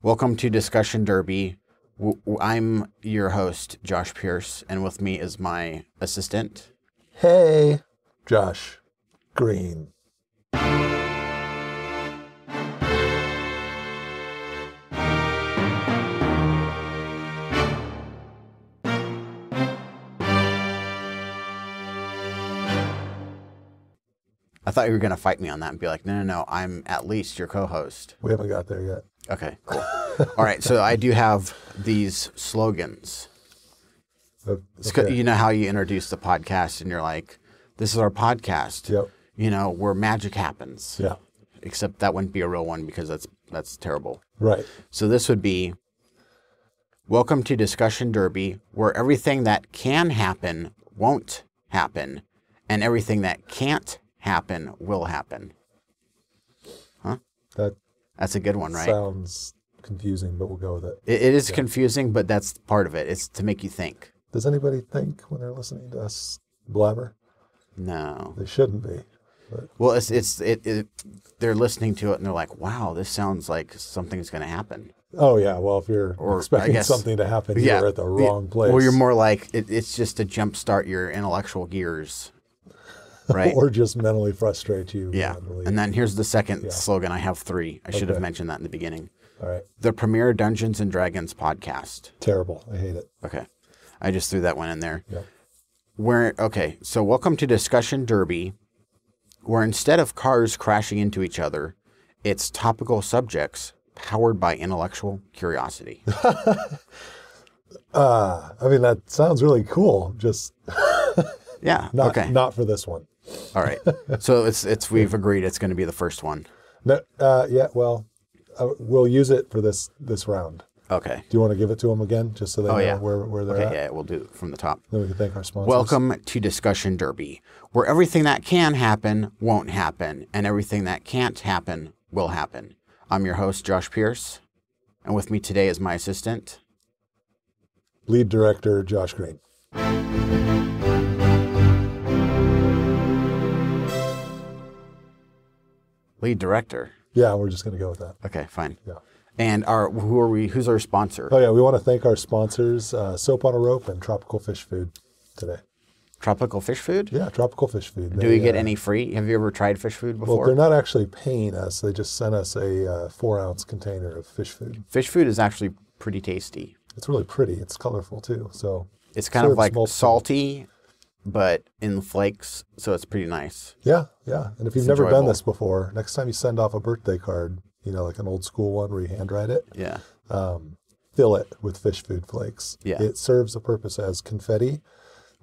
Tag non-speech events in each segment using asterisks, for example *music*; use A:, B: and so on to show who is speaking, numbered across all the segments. A: Welcome to Discussion Derby. W- w- I'm your host, Josh Pierce, and with me is my assistant.
B: Hey, Josh Green.
A: I thought you were going to fight me on that and be like, no, no, no, I'm at least your co host.
B: We haven't got there yet.
A: Okay, cool. All right, so I do have these slogans.
B: Uh,
A: It's co- You know how you introduce the podcast and you're like, this is our podcast.
B: Yep.
A: You know, where magic happens.
B: Yeah,
A: Except that wouldn't be a real one because that's that's terrible.
B: right.
A: So this would be Welcome to Discussion Derby, where everything that can happen won't happen, and everything that can't happen will happen.
B: That
A: That's a good one, right?
B: sounds confusing, but we'll go with it.
A: it, it is confusing, but that's part of it. It's to make you think.
B: Does anybody think when they're listening to us blabber?
A: No.
B: They shouldn't be.
A: Well, it's it's it, it they're listening to it and they're like, "Wow, this sounds like something's going to happen."
B: Oh, yeah. Well, if you're
A: Or, I
B: expecting
A: guess-
B: something to happen, you're at the wrong place.
A: Well, you're more like it, it's just to jumpstart your intellectual
B: *laughs*
A: gears. Right?
B: or just mentally frustrate you.
A: Yeah.
B: badly.
A: And then here's the second slogan. I have three. I should have mentioned that in the beginning.
B: All right.
A: The premier Dungeons and Dragons podcast.
B: Terrible. I hate it.
A: Okay. I just threw that one in there.
B: Yep.
A: Where okay, so welcome to Discussion Derby, where instead of cars crashing into each other, it's topical subjects powered by intellectual
B: *laughs*
A: curiosity.
B: Ah, I mean, that sounds really cool. Just
A: Yeah.
B: not,
A: okay.
B: not for this one.
A: All right. So it's it's
B: *laughs*
A: we've agreed it's going to be the first one.
B: No, uh, yeah, well, uh, we'll use it for this this round.
A: Okay.
B: Do you want to give it to them again, just so they know
A: Oh, yeah.
B: where, where they're at?
A: Yeah, we'll do it from the top.
B: Then we can thank our sponsors.
A: Welcome to Discussion Derby, where everything that can happen won't happen, and everything that can't happen will happen. I'm your host, Josh Pierce, and with me today is my assistant.
B: lead director Josh Green.
A: Lead director.
B: Yeah, we're just going to go with that.
A: Okay, fine.
B: Yeah.
A: And our who are we? Who's our sponsor?
B: Oh yeah, we want to thank our sponsors, uh, Soap on a Rope and Tropical Fish Food today.
A: Tropical fish food.
B: Yeah, Tropical Fish Food. uh,
A: Do we get any free? Have you ever tried fish food
B: Well,
A: before?
B: they're not actually paying us. They just sent us a uh, four ounce container of fish food.
A: fish food is actually pretty tasty.
B: It's really pretty. It's colorful too. So
A: It's kind of
B: Serves
A: like
B: multiple.
A: salty, but in flakes, so it's pretty nice.
B: yeah, yeah. And if you've never done
A: enjoyable.
B: this before, next time you send off a birthday card, you know, like an old school one where you handwrite it,
A: Yeah.
B: fill it with fish food flakes.
A: Yeah.
B: It serves a purpose as confetti,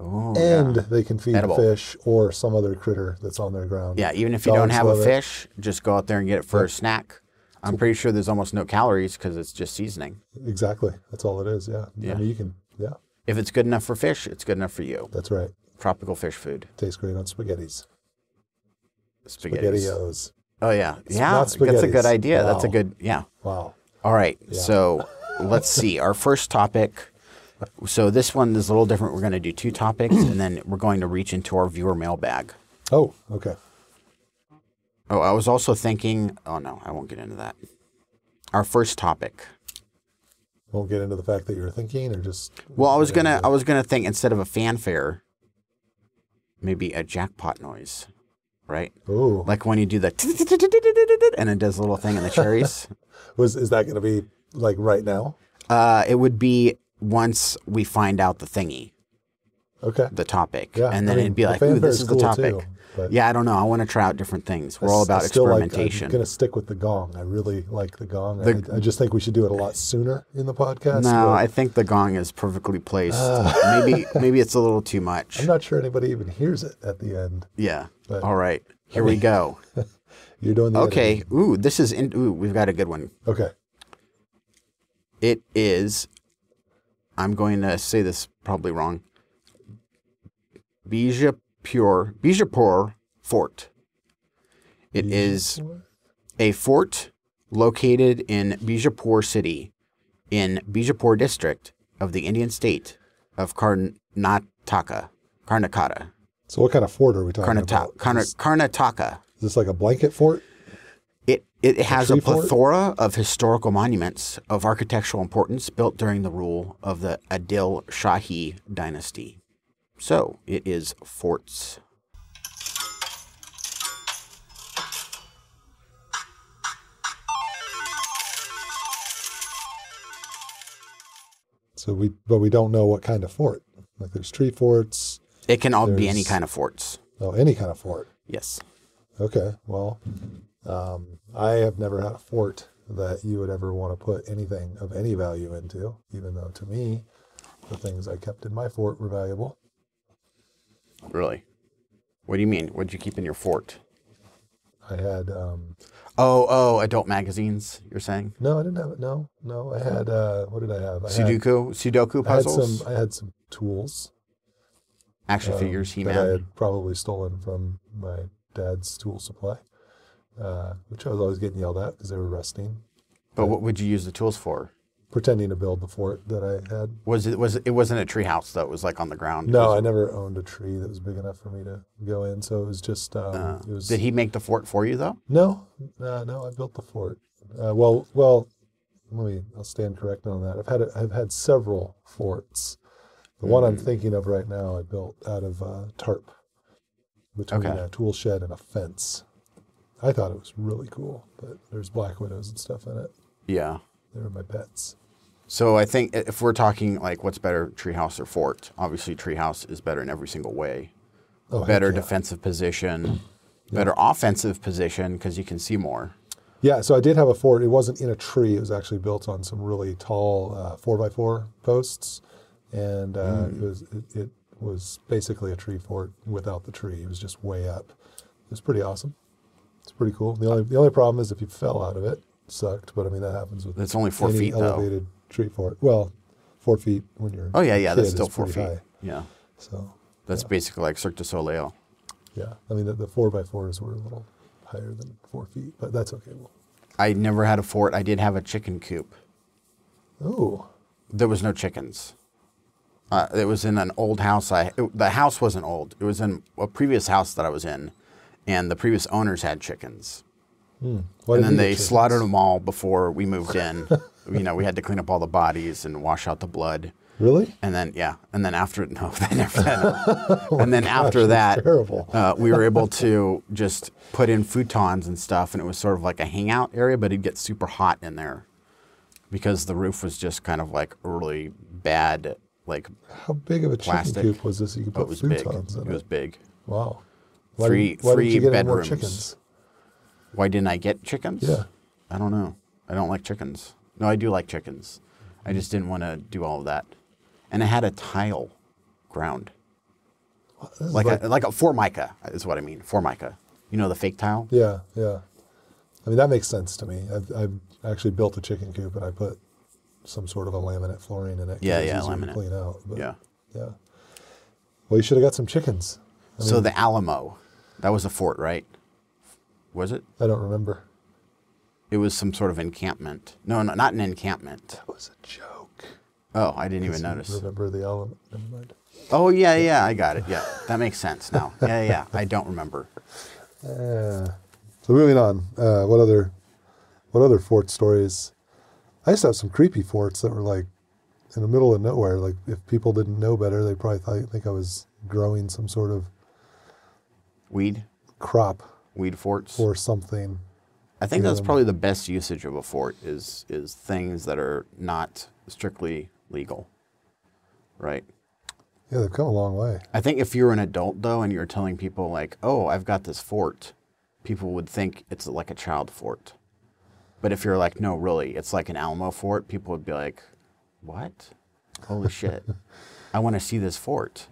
A: Oh,
B: and they can feed
A: Edible.
B: the fish or some other critter that's on their ground.
A: Yeah, even if you don't
B: Dogs
A: have a
B: love it.
A: fish, just go out there and get it for a snack. I'm pretty sure there's almost no calories because it's just seasoning.
B: Exactly. That's all it is. Yeah.
A: Yeah.
B: I mean, you can, yeah,
A: If it's good enough for fish, it's good enough for you.
B: that's right.
A: Tropical fish food,
B: Tastes great on spaghettis.
A: spaghetti.
B: Spaghettios.
A: Oh yeah, yeah,
B: not
A: that's a good
B: spaghettis.
A: idea. That's a
B: Wow.
A: good yeah.
B: Wow.
A: All right, so let's see our first topic. So this one is a little different. We're going to do two topics, and then we're going to reach into our viewer mailbag.
B: Oh, okay.
A: Oh, I was also thinking. Oh no, I won't get into that. Our first topic.
B: Won't get into the fact that you were thinking or just,
A: Well, I was gonna, I was gonna think instead of a fanfare, maybe a jackpot noise, right?
B: oh,
A: Like when you do the and it does a little thing in the
B: *laughs*
A: cherries.
B: was, is that going to be like right now?
A: Uh, it would be once we find out the thingy,
B: Okay.
A: the topic,
B: Yeah,
A: and then
B: I mean,
A: it'd be
B: the
A: like, "Ooh,
B: fanfare
A: this is
B: is
A: the
B: cool
A: topic."
B: too, but-
A: yeah, I don't know. I want to try out different things. We're all about
B: I still like- uh,
A: experimentation.
B: I'm going to stick with the gong. I really like the gong.
A: The-
B: I, I just think we should do it a lot sooner in the podcast.
A: no,
B: but
A: I think the gong is perfectly placed.
B: Uh. *laughs*
A: maybe, maybe it's a little too much.
B: I'm not sure anybody even hears it at the end.
A: yeah. all right, here we
B: *laughs*
A: go.
B: You're doing the editing.
A: Okay. Ooh, this is in. Ooh, we've got a good one.
B: Okay.
A: It is. I'm going to say this probably wrong. Bijapur, Bijapur Fort. It is a fort located in Bijapur city, in Bijapur district of the Indian state of Karnataka. Karnataka.
B: So what kind of fort are we talking
A: Karnata-
B: about?
A: Karna- Karnataka.
B: Is this like a blanket fort?
A: It It has a
B: tree fort?
A: plethora of historical monuments of architectural importance built during the rule of the Adil Shahi dynasty. So it is forts.
B: So we, but we don't know what kind of fort. Like there's tree forts,
A: It can all be any
B: There's-
A: kind of forts.
B: no, any kind of fort.
A: Yes.
B: Okay, well, um, I have never had a fort that you would ever want to put anything of any value into, even though to me, the things I kept in my fort were valuable.
A: Really? What do you mean? What'd you keep in your fort?
B: I had, um,
A: Oh, oh, adult magazines, you're saying?
B: no, I didn't have it. No, no, I had, uh, what did I have? I had,
A: Sudoku, Sudoku
B: I had
A: puzzles,
B: some, I had some tools
A: action
B: um,
A: figures, He
B: that I
A: Man.
B: had probably stolen from my dad's tool supply, uh, which I was always getting yelled at because they were rusting,
A: But what would you use the tools for?
B: pretending to build the fort that I had.
A: Was it was it wasn't a tree house though? It was like on the ground. It
B: No,
A: was-
B: I never owned a tree that was big enough for me to go in. So it was just um, it was
A: Did he make the fort for you though?
B: no, uh, no. I built the fort. Uh, well, well, let me. I'll stand corrected on that. I've had I've had several forts. The one I'm thinking of right now, I built out of uh, tarp between
A: Okay.
B: a tool shed and a fence. I thought it was really cool, but there's black widows and stuff in it.
A: Yeah.
B: They were my pets.
A: So I think i- if we're talking like what's better, treehouse or fort? Obviously, treehouse is better in every single way.
B: Oh, heck
A: better
B: yeah.
A: defensive position, better offensive position because you can see more.
B: Yeah, so I did have a fort. It wasn't in a tree. It was actually built on some really tall uh, four by four posts, and uh,
A: Mm.
B: it was it, it was basically a tree fort without the tree. It was just way up. It was pretty awesome. It's pretty cool. The only the only problem is if you fell out of it, sucked. But I mean that happens with
A: That's only four
B: any
A: feet though.
B: elevated tree fort. Well, four feet when you're
A: Oh yeah,
B: a
A: yeah, that's
B: kid
A: still
B: is
A: four feet.
B: pretty high.
A: Yeah,
B: So
A: that's basically like Cirque du Soleil.
B: yeah, I mean the, the four by fours were a little higher than four feet, but that's okay. Well,
A: I never had a fort. I did have a chicken coop.
B: oh,
A: There was no chickens. Uh, it was in an old house. I it- the house wasn't old. It was in a previous house that I was in, and the previous owners had chickens.
B: Why
A: and
B: did
A: then
B: we get
A: they
B: chickens?
A: slaughtered them all before we moved
B: *laughs*
A: in. you know, we had to clean up all the bodies and wash out the blood.
B: Really?
A: And then yeah, and then after *laughs* no, they never.
B: *laughs*
A: and then after
B: Oh that's
A: that,
B: terrible.
A: uh, we were able to just put in futons and stuff, and it was sort of like a hangout area, but it'd get super hot in there because the roof was just kind of like really bad. Like
B: How big of a
A: Plastic.
B: chicken coop was this? that You could
A: it
B: put
A: was big.
B: futons
A: It
B: in it.
A: was big.
B: Wow.
A: Three-
B: didn't- why didn't
A: three
B: you get any
A: bedrooms.
B: More chickens?
A: Why didn't I get chickens?
B: Yeah.
A: I don't know. I don't like chickens. No, I do like chickens. I just didn't want to do all of that. And I had a tile ground.
B: Wow, this is
A: Like, a, like a formica is what I mean. Formica. You know the fake tile?
B: yeah, yeah. I mean that makes sense to me. I've, I've actually built a chicken coop and I put some sort of a laminate flooring in it. 'cause
A: Yeah,
B: it's
A: yeah,
B: easier to
A: laminate.
B: Clean out. But
A: Yeah.
B: yeah. Well, you should have got some chickens. I
A: so the Alamo, that was a fort, right? Was it?
B: I don't remember.
A: It was some sort of encampment. No, no not an encampment.
B: That was a joke.
A: Oh, I didn't even
B: Just
A: notice.
B: Remember the element? Never mind.
A: Oh yeah, yeah, I got it. Yeah, that makes sense now. Yeah, yeah, I don't remember.
B: Yeah. So moving on, uh, what other, what other fort stories? I used to have some creepy forts that were like in the middle of nowhere. Like if people didn't know better, they probably thought, think I was growing some sort of
A: Weed,
B: crop
A: weed forts.
B: or something.
A: I think that's probably the best usage of a fort is is things that are not strictly legal, right?
B: Yeah, they've come a long way. *laughs*
A: I think if you're an adult though and you're telling people like, "Oh, I've got this fort," people would think it's like a child fort. But if you're like, "No, really, it's like an Alamo fort," people would be like, "What? Holy shit! I want to see this fort."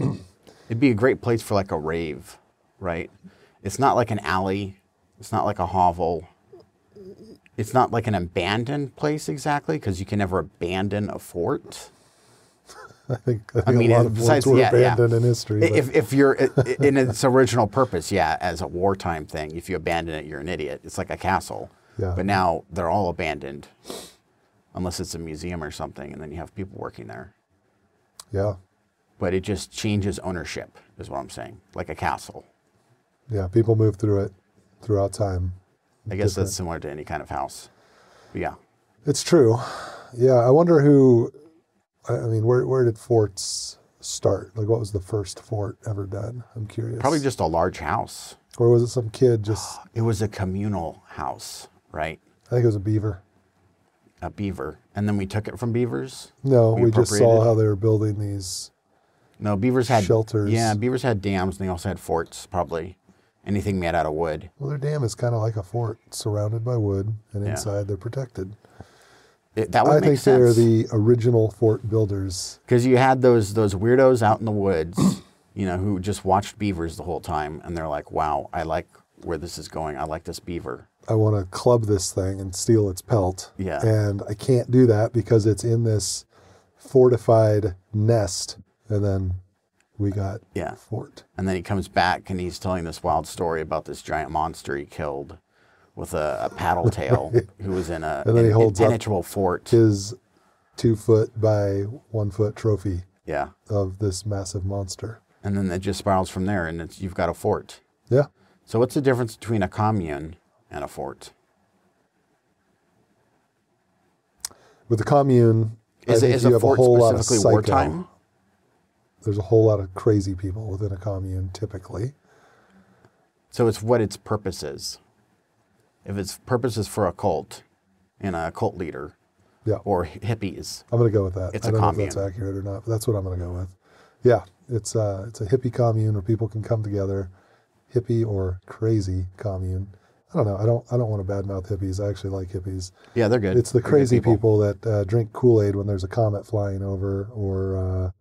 A: It'd be a great place for like a rave, right? It's not like an alley. It's not like a hovel. It's not like an abandoned place exactly because you can never abandon a fort.
B: I think, I think
A: mean,
B: a lot
A: and
B: of
A: besides-
B: forts were
A: yeah, yeah.
B: abandoned in history. but-
A: If, if you're i- i- in its original purpose, yeah, as a wartime thing, if you abandon it, you're an idiot. It's like a castle.
B: Yeah.
A: But now they're all abandoned, unless it's a museum or something, and then you have people working there.
B: yeah,
A: But it just changes ownership, is what I'm saying, like a castle.
B: yeah, people move through it throughout time.
A: I guess that's similar to any kind of house. But yeah.
B: It's true. Yeah, I wonder who. I I mean, where where did forts start? Like, what was the first fort ever done? I'm curious.
A: Probably just a large house.
B: Or was it some kid just?
A: It was a communal house, right?
B: I think it was a beaver.
A: A beaver. And then we took it from beavers.
B: No, we, just saw
A: appropriated?
B: how they were building these.
A: No, beavers had
B: Shelters.
A: Yeah, beavers had dams and they also had forts, probably. Anything made out of wood.
B: Well, their dam is kind of like a fort, surrounded by wood, and
A: Yeah.
B: inside they're protected.
A: It, that would
B: I
A: make
B: think they're
A: sense.
B: the original fort builders.
A: Because you had those those weirdos out in the woods, *clears throat* you know, who just watched beavers the whole time, and they're like, "Wow, I like where this is going. I like this beaver."
B: I want to club this thing and steal its pelt.
A: Yeah.
B: And I can't do that because it's in this fortified nest. And then we got
A: Yeah.
B: fort.
A: And then he comes back and he's telling this wild story about this giant monster he killed with a, a paddle
B: *laughs*
A: tail who was in a
B: And then he
A: an
B: holds up
A: impenetrable fort.
B: His two foot by one foot trophy
A: Yeah,
B: of this massive monster.
A: and then it just spirals from there, and it's, you've got a fort.
B: Yeah.
A: So what's the difference between a commune and a fort?
B: With the commune, I
A: Is, it
B: think
A: is
B: you
A: a
B: have
A: fort
B: a whole lot of
A: specifically
B: psycho.
A: wartime?
B: There's a whole lot of crazy people within a commune typically.
A: So it's what its purpose is. If its purpose is for a cult and a cult leader
B: Yeah.
A: or hippies,
B: I'm gonna go with that.
A: It's
B: I
A: a
B: don't know if that's
A: commune.
B: accurate or not, but that's what I'm gonna go with. Yeah, it's a it's a hippie commune where people can come together, hippie or crazy commune. I don't know. I don't I don't want to badmouth hippies. I actually like hippies.
A: yeah, they're good.
B: It's the
A: They're good
B: crazy people. that uh, drink Kool Aid when there's a comet flying over, or uh,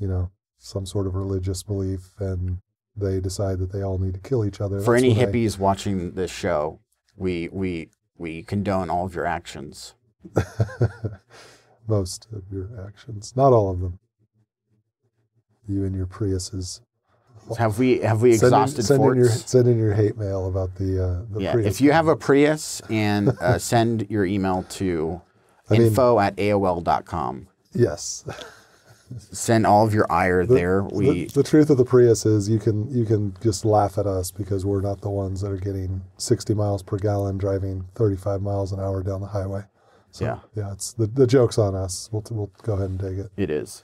B: you know, some sort of religious belief, and they decide that they all need to kill each other.
A: For
B: That's
A: any
B: what I-
A: hippies watching this show, we we we condone all of your actions.
B: most of your actions, not all of them. You and your Priuses.
A: Have we have we
B: Send in-
A: exhausted
B: send in,
A: forts?
B: your, send in your hate mail about the, uh, *laughs* the
A: yeah,
B: Prius.
A: if you have a Prius and uh, send your email to
B: mean-
A: info at AOL.com. *laughs*
B: yes,
A: Send all of your ire there. We
B: the, the truth of the Prius is you can you can just laugh at us because we're not the ones that are getting 60 miles per gallon driving 35 miles an hour down the highway. So,
A: Yeah.
B: yeah, it's the, the joke's on us. We'll, we'll go ahead and take it.
A: it is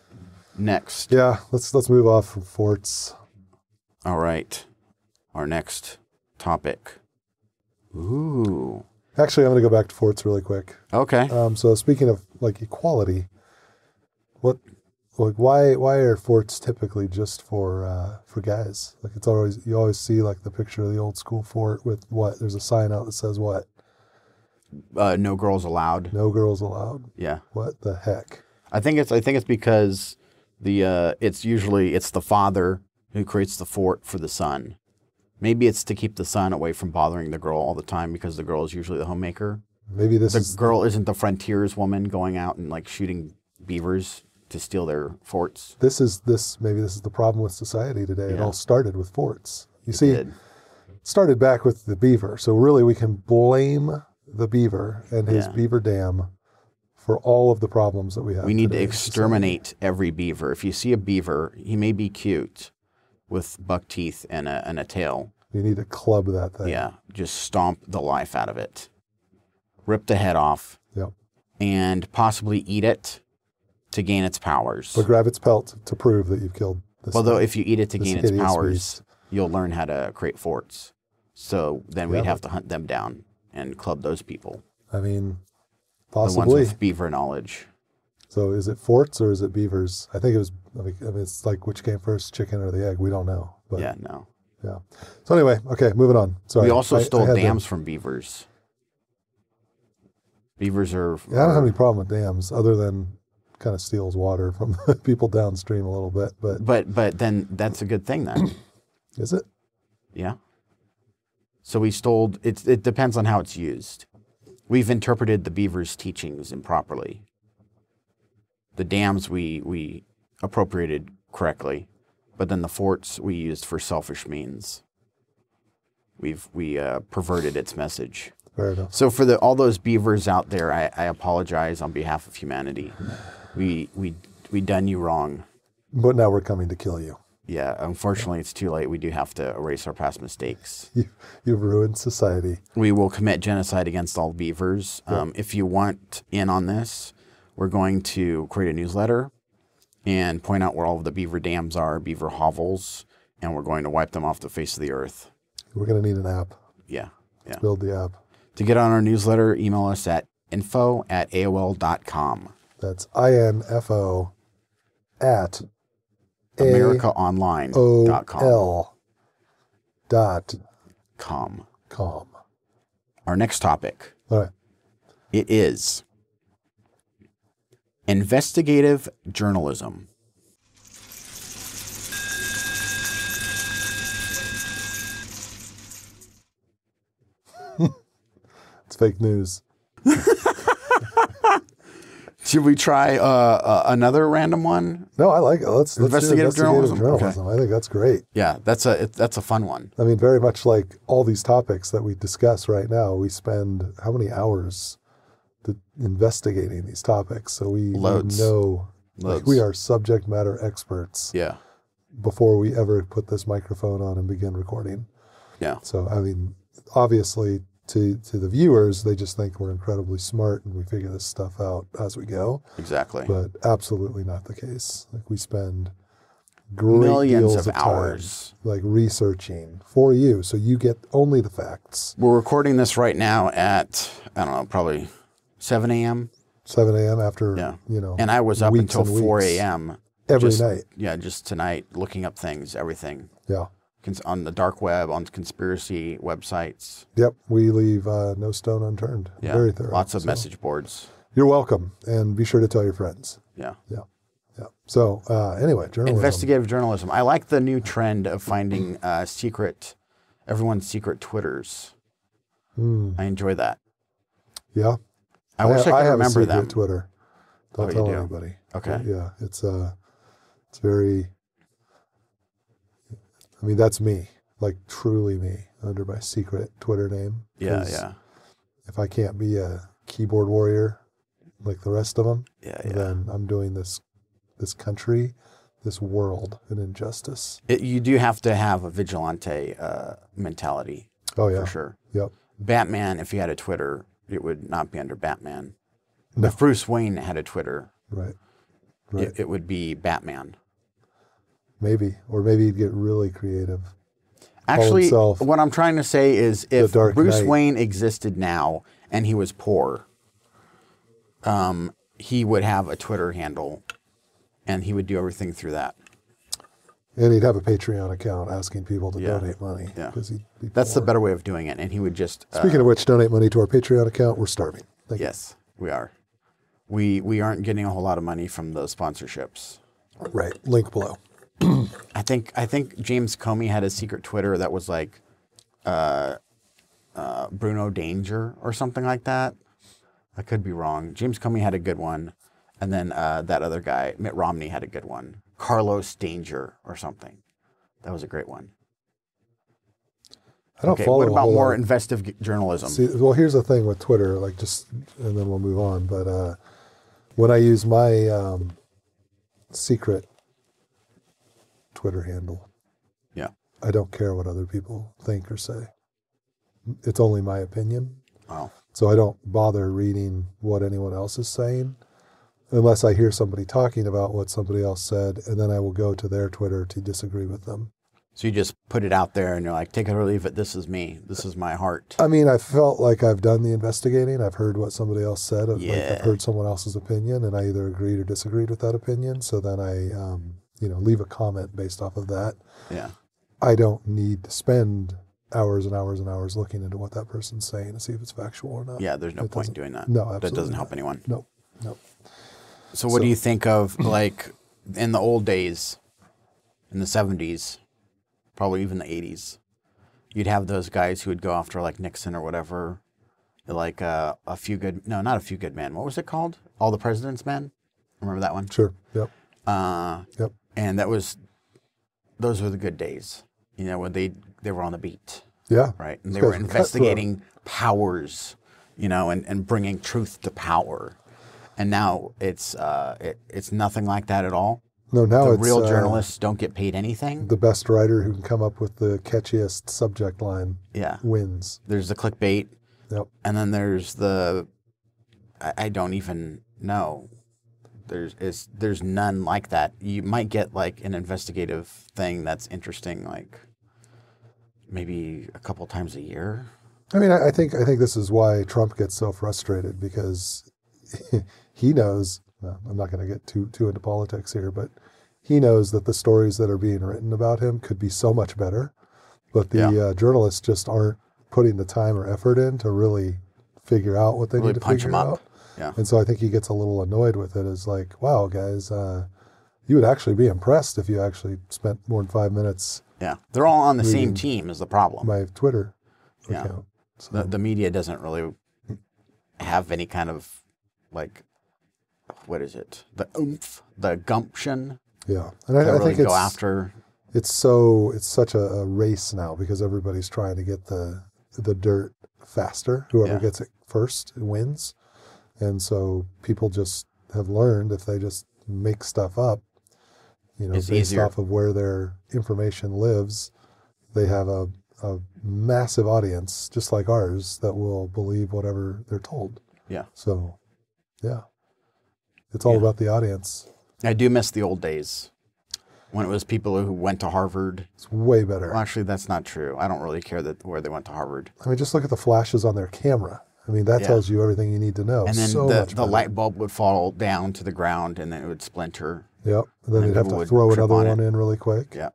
A: next.
B: Yeah, let's let's move off from forts.
A: All right. Our next topic. Ooh.
B: Actually, I'm going to go back to forts really quick.
A: Okay.
B: Um, so speaking of like equality, what like why why are forts typically just for uh, for guys? Like it's always you always see like the picture of the old school fort with what there's a sign out that says what
A: Uh, no girls allowed.
B: no girls allowed.
A: Yeah.
B: What the heck?
A: I think it's I think it's because the uh, it's usually it's the father who creates the fort for the son. Maybe it's to keep the son away from bothering the girl all the time because the girl is usually the homemaker.
B: Maybe this
A: The
B: is
A: girl isn't the frontiers woman going out and like shooting beavers to steal their forts.
B: this is this maybe this is the problem with society today. It
A: Yeah.
B: all started with forts. You see,
A: Did.
B: started back with the beaver. So really, we can blame the beaver and his
A: Yeah.
B: beaver dam for all of the problems that we have.
A: We need to
B: today.
A: exterminate every beaver. If you see a beaver, he may be cute with buck teeth and a, and a tail.
B: We need to club that thing.
A: Yeah, just stomp the life out of it, rip the head off,
B: Yep.
A: and possibly eat it to gain its powers.
B: But grab its pelt to prove that you've killed this.
A: Although, if you eat it to
B: this
A: gain its
B: hideous
A: powers,
B: beast.
A: you'll learn how to create forts. So then
B: Yeah,
A: we'd
B: but-
A: have to hunt them down and club those people,
B: I mean,
A: the
B: possibly.
A: ones with beaver knowledge.
B: So is it forts or is it beavers? I think it was. I mean, I mean, it's like which came first, chicken or the egg? We don't know. But yeah.
A: yeah, no.
B: So anyway, okay, moving on. Sorry.
A: We also
B: I- I
A: stole
B: had to-
A: dams from beavers. Beavers are.
B: yeah, I don't have any problem with dams, other than kind of steals water from *laughs* people downstream a little bit. But
A: But but then that's a good thing
B: *clears throat*
A: then.
B: is it?
A: yeah. So we stole. It it depends on how it's used. We've interpreted the beavers' teachings improperly. The dams we we appropriated correctly, but then the forts we used for selfish means. We've we uh, perverted its message.
B: Fair enough.
A: So for the all those beavers out there, I, I apologize on behalf of humanity. We we we done you wrong.
B: But now we're coming to kill you. *laughs*
A: Yeah, unfortunately, it's too late. We do have to erase our past mistakes.
B: You, you've ruined society.
A: We will commit genocide against all beavers. Um, if you want in on this, we're going to create a newsletter and point out where all of the beaver dams are, beaver hovels, and we're going to wipe them off the face of the earth.
B: We're going to need an app.
A: Yeah, yeah.
B: Build the app.
A: To get on our newsletter, email us at info at AOL.com.
B: That's info at
A: AmericaOnline.com.
B: ol dot
A: Com.
B: com.
A: Our next topic.
B: All right.
A: It is investigative journalism.
B: It's fake news.
A: Should we try uh, uh, another random one?
B: No, I like it. Let's, let's
A: Investigative
B: do
A: journalism.
B: investigative journalism. I think that's great.
A: Yeah, that's a it, that's a fun one.
B: I mean, very much like all these topics that we discuss right now, we spend how many hours th- investigating these topics? So we, we
A: Loads.
B: know
A: Loads.
B: Like, we are subject matter experts
A: Yeah,
B: before we ever put this microphone on and begin recording.
A: yeah,
B: So, I mean, obviously, to, to the viewers, they just think we're incredibly smart and we figure this stuff out as we go,
A: exactly.
B: but absolutely not the case. Like, we spend great
A: Millions
B: deals
A: of
B: time
A: hours.
B: like researching for you so you get only the facts
A: We're recording this right now at I don't know, probably seven a.m.
B: 7 a.m after
A: Yeah.
B: you know
A: and I was up
B: weeks
A: until
B: and
A: four
B: weeks.
A: a.m.
B: every
A: just-
B: night
A: Yeah, just tonight, looking up things, everything
B: yeah
A: Cons- on the dark web, on conspiracy websites.
B: yep we leave uh, no stone unturned
A: Yeah,
B: very thorough
A: lots of
B: So,
A: message boards.
B: you're welcome and be sure to tell your friends
A: Yeah.
B: yeah yeah so uh, anyway journalism
A: Investigative journalism. I like the new trend of finding uh, secret, everyone's secret Twitters. I enjoy that.
B: Hmm. yeah
A: I, wish I
B: ha-
A: could
B: have a
A: remember
B: secret
A: them.
B: twitter don't
A: Oh, you
B: tell
A: do?
B: anybody
A: Okay.
B: yeah it's uh it's very i mean that's me like truly me under my secret twitter name
A: Yeah,
B: 'cause
A: yeah,
B: if I can't be a keyboard warrior like the rest of them,
A: yeah, yeah.
B: then I'm doing this this country, this world an injustice.
A: It, you do have to have a vigilante uh, mentality
B: Oh yeah,
A: for sure.
B: yep.
A: Batman, if he had a Twitter, it would not be under Batman.
B: No.
A: If Bruce Wayne had a Twitter,
B: Right,
A: it, it would be Batman.
B: maybe, or maybe you'd get really creative.
A: Actually,
B: himself
A: what I'm trying to say is if
B: the Dark
A: Bruce
B: Knight.
A: Wayne existed now and he was poor, um, he would have a Twitter handle and he would do everything through that.
B: And he'd have a Patreon account asking people to
A: Yeah.
B: donate money.
A: Yeah.
B: 'cause he'd be
A: That's the
B: poor.
A: better way of doing it. And he would just. uh,
B: Speaking of which, donate money to our Patreon account. We're starving. Thank you.
A: yes, we are. We, we aren't getting a whole lot of money from those sponsorships.
B: Right. Link below.
A: I think I think James Comey had a secret Twitter that was like uh, uh, Bruno Danger or something like that. I could be wrong. James Comey had a good one, and then uh, that other guy, Mitt Romney, had a good one. Carlos Danger or something. That was a great one.
B: I don't
A: Okay,
B: follow
A: what
B: a
A: about
B: whole lot
A: more
B: of-
A: investigative journalism?
B: See, well, here's the thing with Twitter, like just, and then we'll move on. But uh, when I use my um, secret Twitter handle,
A: yeah.
B: I don't care what other people think or say. It's only my opinion.
A: Oh,
B: So I don't bother reading what anyone else is saying unless I hear somebody talking about what somebody else said. And then I will go to their Twitter to disagree with them.
A: so you just put it out there, and you're like, take it or leave it. This is me. This is my heart.
B: I mean, I felt like I've done the investigating. I've heard what somebody else said. I've, like, I've
A: Yeah.
B: heard someone else's opinion, and I either agreed or disagreed with that opinion. So then I, um, you know, leave a comment based off of that.
A: Yeah.
B: I don't need to spend hours and hours and hours looking into what that person's saying to see if it's factual or not.
A: Yeah. There's no
B: It
A: point
B: doesn't-
A: doing that.
B: No,
A: That
B: absolutely
A: doesn't
B: not.
A: help anyone.
B: No, no.
A: So what do you think of *laughs* like in the old days, in the seventies, probably even the eighties, you'd have those guys who would go after like Nixon or whatever, like uh, a few good no, not a few good men. What was it called? All the President's Men. Remember that one?
B: Sure. Yep.
A: Uh,
B: Yep.
A: and that was those were the good days. You know when they they were on the beat,
B: Yeah.
A: right? And they
B: These
A: were
B: guys are cutthroat.
A: investigating powers, you know, and, and bringing truth to power. And now it's uh, it, it's nothing like that at all.
B: No, now
A: The
B: it's
A: real
B: uh,
A: journalists don't get paid anything.
B: the best writer who can come up with the catchiest subject line
A: yeah.
B: wins.
A: There's the clickbait,
B: Yep.
A: and then there's the I, I don't even know. There's is there's none like that. You might get like an investigative thing that's interesting, like maybe a couple times a year.
B: I mean, I, I think I think this is why Trump gets so frustrated because *laughs* he knows. no, I'm not going to get too too into politics here, but he knows that the stories that are being written about him could be so much better, but the
A: Yeah.
B: uh, journalists just aren't putting the time or effort in to really figure out what they
A: Really
B: need to
A: punch
B: figure
A: him up.
B: out.
A: Yeah.
B: And so I think he gets a little annoyed with it. Is like, wow, guys, uh, you would actually be impressed if you actually spent more than five minutes
A: Yeah. They're all on the same team is the problem.
B: my Twitter
A: Yeah.
B: account.
A: the, the media doesn't really have any kind of like what is it the oomph the gumption
B: Yeah, and I,
A: to
B: I
A: really
B: think it's
A: go after
B: it's so it's such a, a race now because everybody's trying to get the the dirt faster. Whoever
A: Yeah.
B: gets it first wins, and so people just have learned if they just make stuff up, you know,
A: It's
B: based
A: easier.
B: off of where their information lives, they have a a massive audience just like ours that will believe whatever they're told.
A: yeah
B: So, yeah, it's all
A: Yeah.
B: about the audience.
A: i do miss the old days when it was people who went to harvard
B: It's way better.
A: well actually that's not true i don't really care that where they went to harvard
B: I mean, just look at the flashes on their camera. I mean, that
A: Yeah.
B: tells you everything you need to know.
A: and then
B: so
A: the,
B: much
A: the
B: better.
A: light bulb would fall down to the ground and then it would splinter
B: Yep. And
A: and
B: then they'd have
A: people
B: to
A: would
B: throw
A: trip
B: another
A: on
B: one in really quick.
A: yeah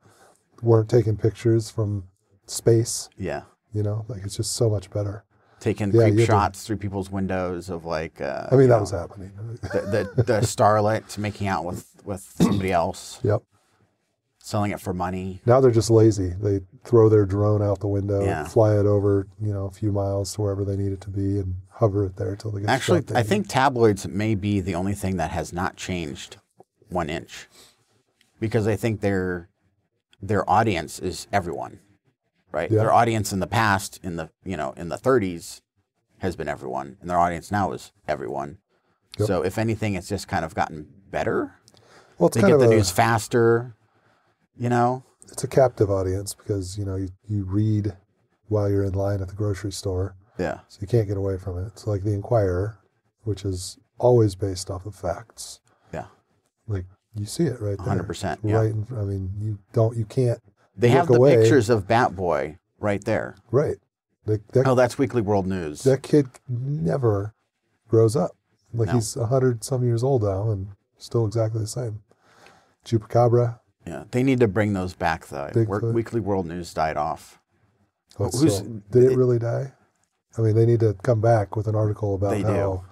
B: Weren't taking pictures from space.
A: yeah
B: You know, like it's just so much better.
A: taking
B: Yeah, you
A: creep
B: had to-
A: shots through people's windows of like uh,
B: I mean,
A: you
B: that
A: know,
B: was happening. *laughs*
A: the, the, *laughs* the starlet making out with with somebody else
B: yep.
A: selling it for money
B: Now they're just lazy. They throw their drone out the window,
A: Yeah.
B: fly it over, you know, a few miles to wherever they need it to be, and hover it there till they get
A: Actually,
B: shot they
A: I
B: need.
A: think tabloids may be the only thing that has not changed one inch, because I think their their audience is everyone, right?
B: Yeah.
A: Their audience in the past, in the you know in the 30s, has been everyone, and their audience now is everyone.
B: Yep.
A: So if anything, it's just kind of gotten better.
B: well, it's
A: They
B: kind
A: get
B: of
A: the
B: a,
A: news faster, you know.
B: it's a captive audience because you know you, you read while you're in line at the grocery store.
A: Yeah,
B: So you can't get away from it. It's like the Inquirer, which is always based off of facts.
A: yeah,
B: Like you see it right there.
A: 100%,
B: It's
A: yeah.
B: Right. In, I mean, you don't. You can't.
A: they have
B: look
A: the
B: away.
A: pictures of Bat Boy right there.
B: Right. Like that.
A: Oh, that's Weekly World News.
B: That kid never grows up. Like
A: No.
B: he's a hundred some years old now and still exactly the same. Chupacabra.
A: Yeah, they need to bring those back though. Work,
B: Bigfoot.
A: Weekly World News died off.
B: Oh, it's
A: Who's-
B: still- did it really die? I mean, they need to come back with an article about
A: They do.
B: how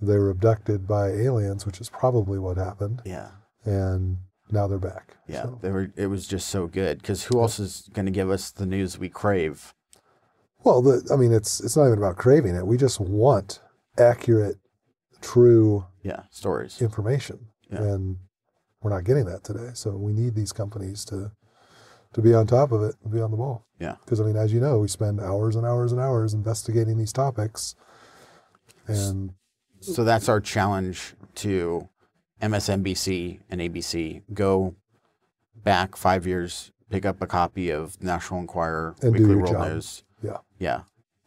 B: they were abducted by aliens, which is probably what happened,
A: Yeah,
B: and now they're back.
A: yeah,
B: So-
A: they were. It was just so good because who else is going to give us the news we crave?
B: Well, the, I mean, it's it's not even about craving it. We just want accurate, true
A: Yeah, stories.
B: information,
A: Yeah.
B: and we're not getting that today. So we need these companies to to be on top of it and be on the ball.
A: Yeah.
B: Because I mean, as you know, we spend hours and hours and hours investigating these topics, and
A: So that's our challenge to MSNBC and ABC. Go back five years, pick up a copy of National Enquirer,
B: And do
A: Weekly
B: your
A: World
B: job.
A: News.
B: Yeah.
A: yeah,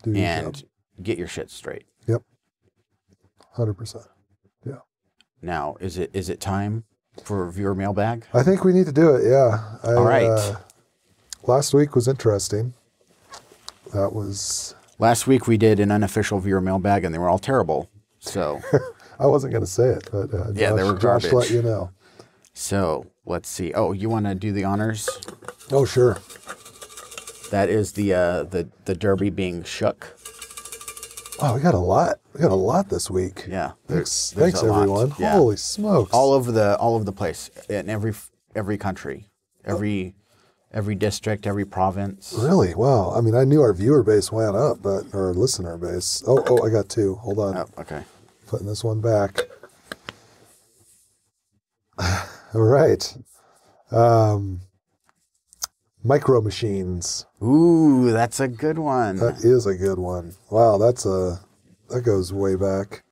B: do your
A: and get your shit straight.
B: hundred percent.
A: Now, is it is it time for viewer mailbag?
B: I think we need to do it. Yeah. I, uh,
A: All right.
B: last week was interesting. That was.
A: Last week we did an unofficial viewer mailbag, and they were all terrible. So.
B: I wasn't going to say it, but uh,
A: Yeah,
B: Josh,
A: they were
B: Josh let
A: garbage.
B: you know.
A: So let's see. Oh, you want to do the honors?
B: Oh, sure.
A: That is the uh, the the Derby being shook.
B: Oh, we got a lot. We got a lot this week.
A: Yeah, there's
B: Thanks, thanks
A: a lot.
B: everyone.
A: Yeah.
B: Holy smokes.
A: All over the all over the place in every every country, every every district, every province.
B: really? Wow. I mean, I knew our viewer base went up, but our listener base. Oh, oh, I got two. Hold on.
A: Oh, okay.
B: Putting this one back. *sighs* All right. Um, micro machines.
A: Ooh, that's a good one.
B: That is a good one. Wow, that's a that goes way back.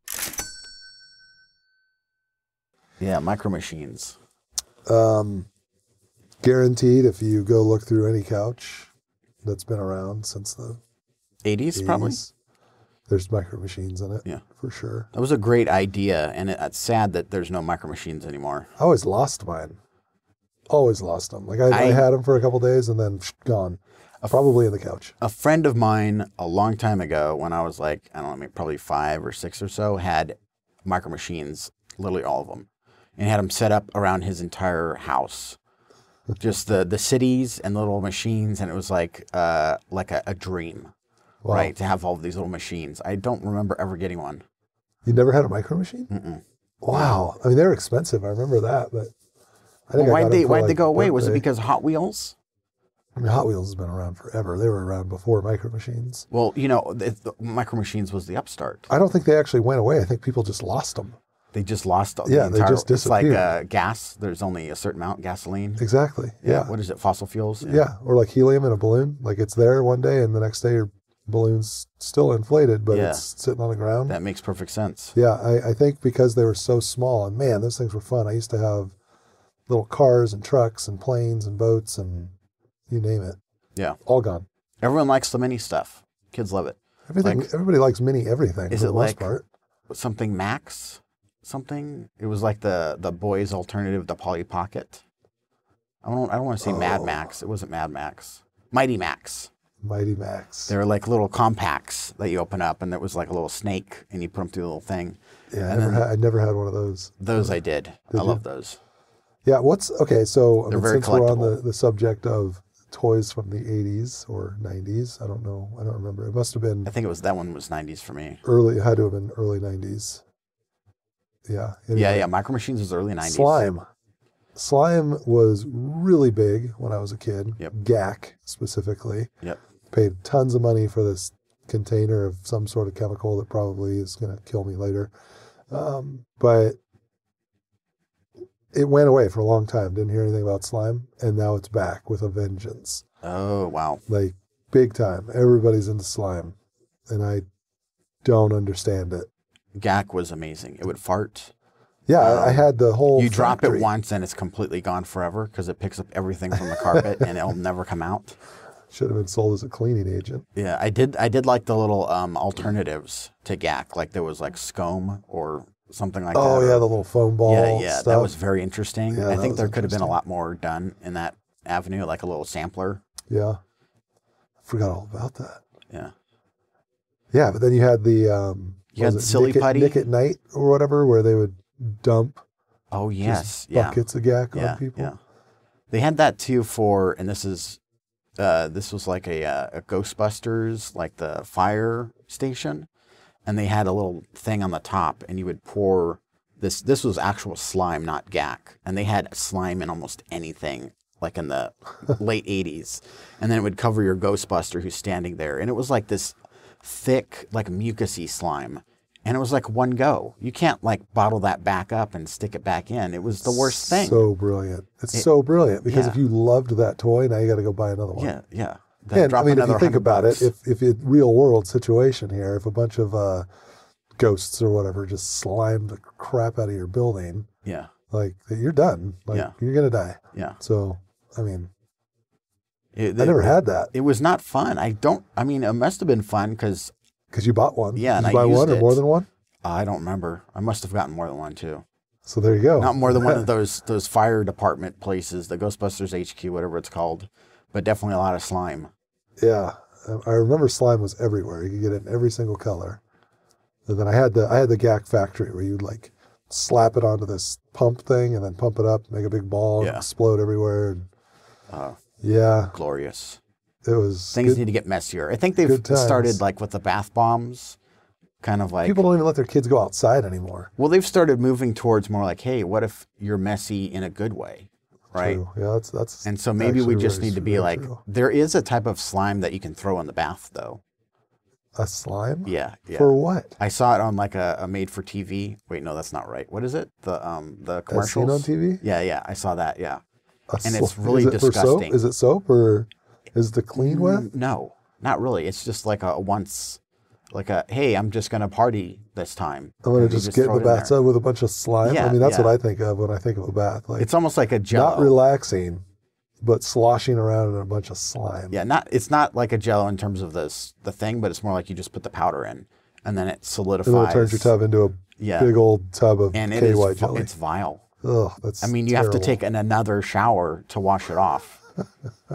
A: yeah, micro machines.
B: Um, Guaranteed, if you go look through any couch that's been around since the
A: 80s, probably.
B: 80s, there's micro machines in it.
A: Yeah.
B: For sure.
A: That was a great idea, and it, it's sad that there's no micro machines anymore.
B: I always lost mine. Always lost them. Like I, I,
A: I-
B: had them for a couple days and then gone. Uh, Probably in the couch.
A: A friend of mine a long time ago, when I was like, I don't know, maybe probably five or six or so, had micro machines, literally all of them, and had them set up around his entire house. Just the, the cities and little machines, and it was like uh, like a, a dream,
B: Wow.
A: right? To have all of these little machines. I don't remember ever getting one.
B: You never had a micro machine?
A: Mm-mm.
B: Wow. I mean, they're expensive. I remember that, but I
A: Well,
B: think I got
A: why'd
B: 'em
A: they
B: for,
A: why'd they
B: like,
A: go away? Was it
B: birthday.
A: because Hot Wheels?
B: I mean, Hot Wheels has been around forever. They were around before micro machines.
A: Well, you know, the, the Micro Machines was the upstart.
B: I don't think they actually went away. I think people just lost them.
A: They just lost all
B: Yeah,
A: the
B: they
A: entire.
B: just
A: it's like
B: disappeared.
A: uh, gas. There's only a certain amount gasoline.
B: Exactly. Yeah.
A: What is it? Fossil fuels.
B: Yeah. Or like helium in a balloon. Like it's there one day and the next day your balloon's still inflated, but
A: Yeah.
B: it's sitting on the ground.
A: That makes perfect sense.
B: Yeah, I, I think because they were so small, and man, those things were fun. I used to have little cars and trucks and planes and boats and you name it.
A: Yeah.
B: All gone.
A: Everyone likes the mini stuff. Kids love it.
B: Everything.
A: Like-
B: everybody likes mini everything
A: Is
B: for
A: it
B: the most
A: like-
B: part.
A: Something Max. Something. It was like the the boys' alternative to Polly Pocket. I don't. I don't want to say Mad
B: Oh.
A: Max. It wasn't Mad Max. Mighty Max.
B: Mighty Max.
A: They were like little compacts that you open up, and there was like a little snake, and you put them through the little thing.
B: yeah, I
A: and
B: never,
A: then-
B: had, I never had one of those.
A: Those I did. I
B: you?
A: love those.
B: Yeah, what's okay? So I
A: They're
B: mean,
A: very
B: since we're on the,
A: collectible.
B: the subject of toys from the 80s or 90s, I don't know. I don't remember. It must have been
A: I think it was that one was 90s for me.
B: early. It had to have been early 90s. Yeah.
A: Yeah,
B: anyway.
A: yeah. Micro Machines was early 90s.
B: Slime. Slime was really big when I was a kid.
A: Yep.
B: GAC specifically.
A: Yep.
B: Paid tons of money for this container of some sort of chemical that probably is going to kill me later. Um, but it went away for a long time. Didn't hear anything about slime. And now it's back with a vengeance.
A: Oh, wow.
B: Like big time. Everybody's into slime. And I don't understand it.
A: Gak was amazing. It would fart.
B: Yeah, I- I had the whole.
A: Um, you drop it
B: factory.
A: once and it's completely gone forever because it picks up everything from the carpet and
B: *laughs*
A: it'll never come out.
B: Should have been sold as a cleaning agent.
A: Yeah, I did. I did like the little um, alternatives to Gak. Like there was like scum or something like
B: Oh
A: that.
B: yeah,
A: or-
B: the little foam ball.
A: yeah, yeah.
B: stuff.
A: That was very interesting.
B: Yeah,
A: I
B: that
A: think
B: was
A: there could have been a lot more done in that avenue, like a little sampler.
B: Yeah, forgot all about that.
A: Yeah.
B: Yeah, but then you had the um,
A: You
B: what
A: had
B: was it,
A: Silly
B: Nick at-
A: Putty?
B: Nick at night or whatever, where they would dump
A: Oh yes. Yeah.
B: buckets of gack
A: yeah,
B: on people.
A: Yeah. They had that too for, and this is, uh, this was like a, uh, a Ghostbusters, like the fire station, and they had a little thing on the top, and you would pour this. This was actual slime, not gack, and they had slime in almost anything, like in
B: *laughs*
A: the late '80s, and then it would cover your Ghostbuster who's standing there, and it was like this thick, like mucusy slime. And it was like one go. You can't like bottle that back up and stick it back in. It was the worst thing.
B: So brilliant! It's so brilliant because if
A: yeah.
B: you loved that toy, now you got to go buy another one.
A: Yeah, yeah. Then
B: And I
A: drop
B: mean, if you
A: another
B: think
A: 100
B: about
A: bucks.
B: it, if if it real world situation here, if a bunch of uh, ghosts or whatever just slime the crap out of your building,
A: yeah,
B: like you're done. Like
A: Yeah.
B: you're gonna die.
A: yeah.
B: So I mean,
A: It,
B: I
A: it-
B: never had that
A: It was not fun. I don't. I mean, it must have been fun because
B: because you bought one.
A: Yeah,
B: Did
A: and
B: you
A: I
B: buy
A: used
B: one or
A: it.
B: more than one.
A: I don't remember. I must have gotten more than one too.
B: So there you go.
A: Not more than one
B: *laughs*
A: of those those fire department places, the Ghostbusters HQ, whatever it's called, but definitely a lot of slime.
B: yeah, Um, I- I remember slime was everywhere. You could get it in every single color. And then I had the I had the Gak factory where you'd like slap it onto this pump thing and then pump it up, make a big ball, and
A: Yeah.
B: explode everywhere. And
A: Oh.
B: yeah,
A: Glorious.
B: it was.
A: Things
B: good.
A: need to get messier. I think they've
B: good times.
A: started like with the bath bombs, kind of like
B: People don't even let their kids go outside anymore.
A: Well, they've started moving towards more like, hey, what if you're messy in a good way, right?
B: True. Yeah, that's that's.
A: And so maybe we
B: actually
A: just
B: very
A: need to
B: true,
A: be
B: very
A: like,
B: true.
A: there is a type of slime that you can throw in the bath, though.
B: a slime
A: Yeah, yeah.
B: for what?
A: I saw it on like a, a made for TV. Wait, no, that's not right. What is it? The um the
B: As seen on
A: commercials.
B: TV.
A: Yeah, yeah. I saw that. Yeah.
B: A
A: And
B: sl-
A: it's really
B: is it For soap?
A: disgusting.
B: Is it soap or is the clean wet?
A: Mm, No, not really. It's just like a, once like a hey, I'm just gonna party this time.
B: I'm gonna
A: And you
B: just get in
A: throw
B: the
A: it there.
B: bathtub with a bunch of slime. I
A: Yeah,
B: mean, that's
A: yeah.
B: what I think of when I think of a bath. Like
A: It's almost like a jello.
B: not relaxing, but sloshing around in a bunch of slime.
A: Yeah, not it's not like a jello in terms of this the thing, but it's more like you just put the powder in and then it solidifies.
B: And then it turns your tub into a
A: Yeah.
B: big old tub of
A: and it
B: KY
A: is vi-
B: jelly.
A: it's vile.
B: Ugh, that's
A: I mean, you have to take an, another shower to wash it
B: *laughs*
A: off.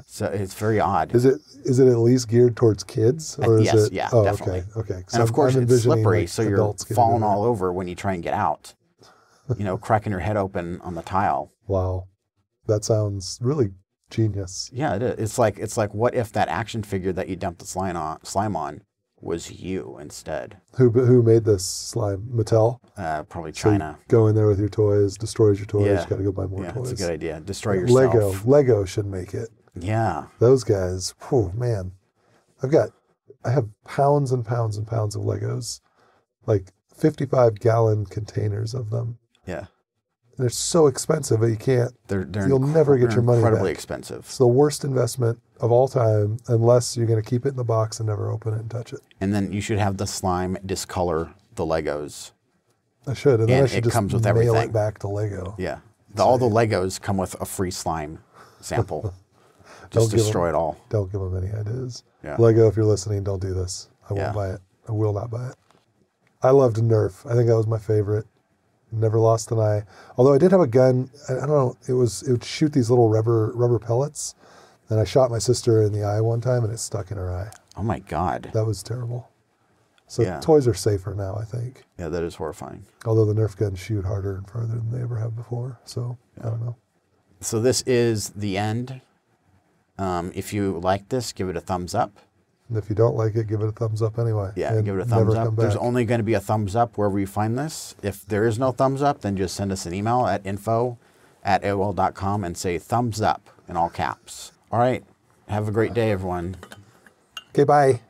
A: so it's very odd.
B: Is it is it at least geared towards kids or is
A: Uh, yes,
B: it?
A: yeah,
B: oh,
A: definitely.
B: Okay, okay. 'Cause
A: and of
B: I'm-
A: course,
B: I'm
A: it's
B: envisioning,
A: slippery,
B: like,
A: so you're
B: adults getting in
A: falling
B: there.
A: all over when you try and get out. You know, cracking your head open on the tile.
B: Wow, that sounds really genius.
A: Yeah, it is. It's like it's like what if that action figure that you dumped the slime on, slime on was you instead?
B: Who who made this slime? Mattel.
A: Uh, probably
B: So you
A: China.
B: go in there with your toys, destroys your toys.
A: Yeah.
B: Got to go buy more
A: yeah,
B: toys.
A: that's a good idea. Destroy yourself.
B: Lego. Lego should make it.
A: Yeah.
B: Those guys. Oh man, I've got I have pounds and pounds and pounds of Legos, like fifty-five gallon containers of them.
A: Yeah.
B: And they're so expensive that you can't.
A: They're, they're
B: You'll never get
A: they're
B: your money
A: incredibly
B: back.
A: expensive.
B: It's the worst investment of all time, unless you're going to keep it in the box and never open it and touch it.
A: And then you should have the slime discolor the Legos.
B: I should, and then I
A: And
B: should
A: it
B: just
A: comes with
B: mail
A: everything.
B: it back to Lego.
A: Yeah. The, all the Legos come with a free slime
B: *laughs*
A: sample.
B: Don't
A: Just
B: give 'em-
A: destroy it all.
B: Don't give them any ideas.
A: Yeah.
B: Lego, if you're listening, don't do this. I won't
A: Yeah.
B: buy it. I will not buy it. I loved Nerf. I think that was my favorite. Never lost an eye. Although I did have a gun. I I don't know. It was it would shoot these little rubber rubber pellets, and I shot my sister in the eye one time, and it stuck in her eye.
A: Oh my God.
B: That was terrible. So
A: Yeah.
B: toys are safer now, I think.
A: Yeah, that is horrifying.
B: Although the Nerf guns shoot harder and farther than they ever have before. So I don't know.
A: So this is the end. Um, if you like this, give it a thumbs up.
B: And if you don't like it, give it a thumbs up anyway.
A: Yeah,
B: and
A: give it a
B: never
A: thumbs
B: come
A: up. There's
B: back.
A: only going to be a thumbs up wherever you find this. If there is no thumbs up, then just send us an email at info at AOL.com and say thumbs up in all caps. All right. Have a great day, everyone.
B: Okay, bye.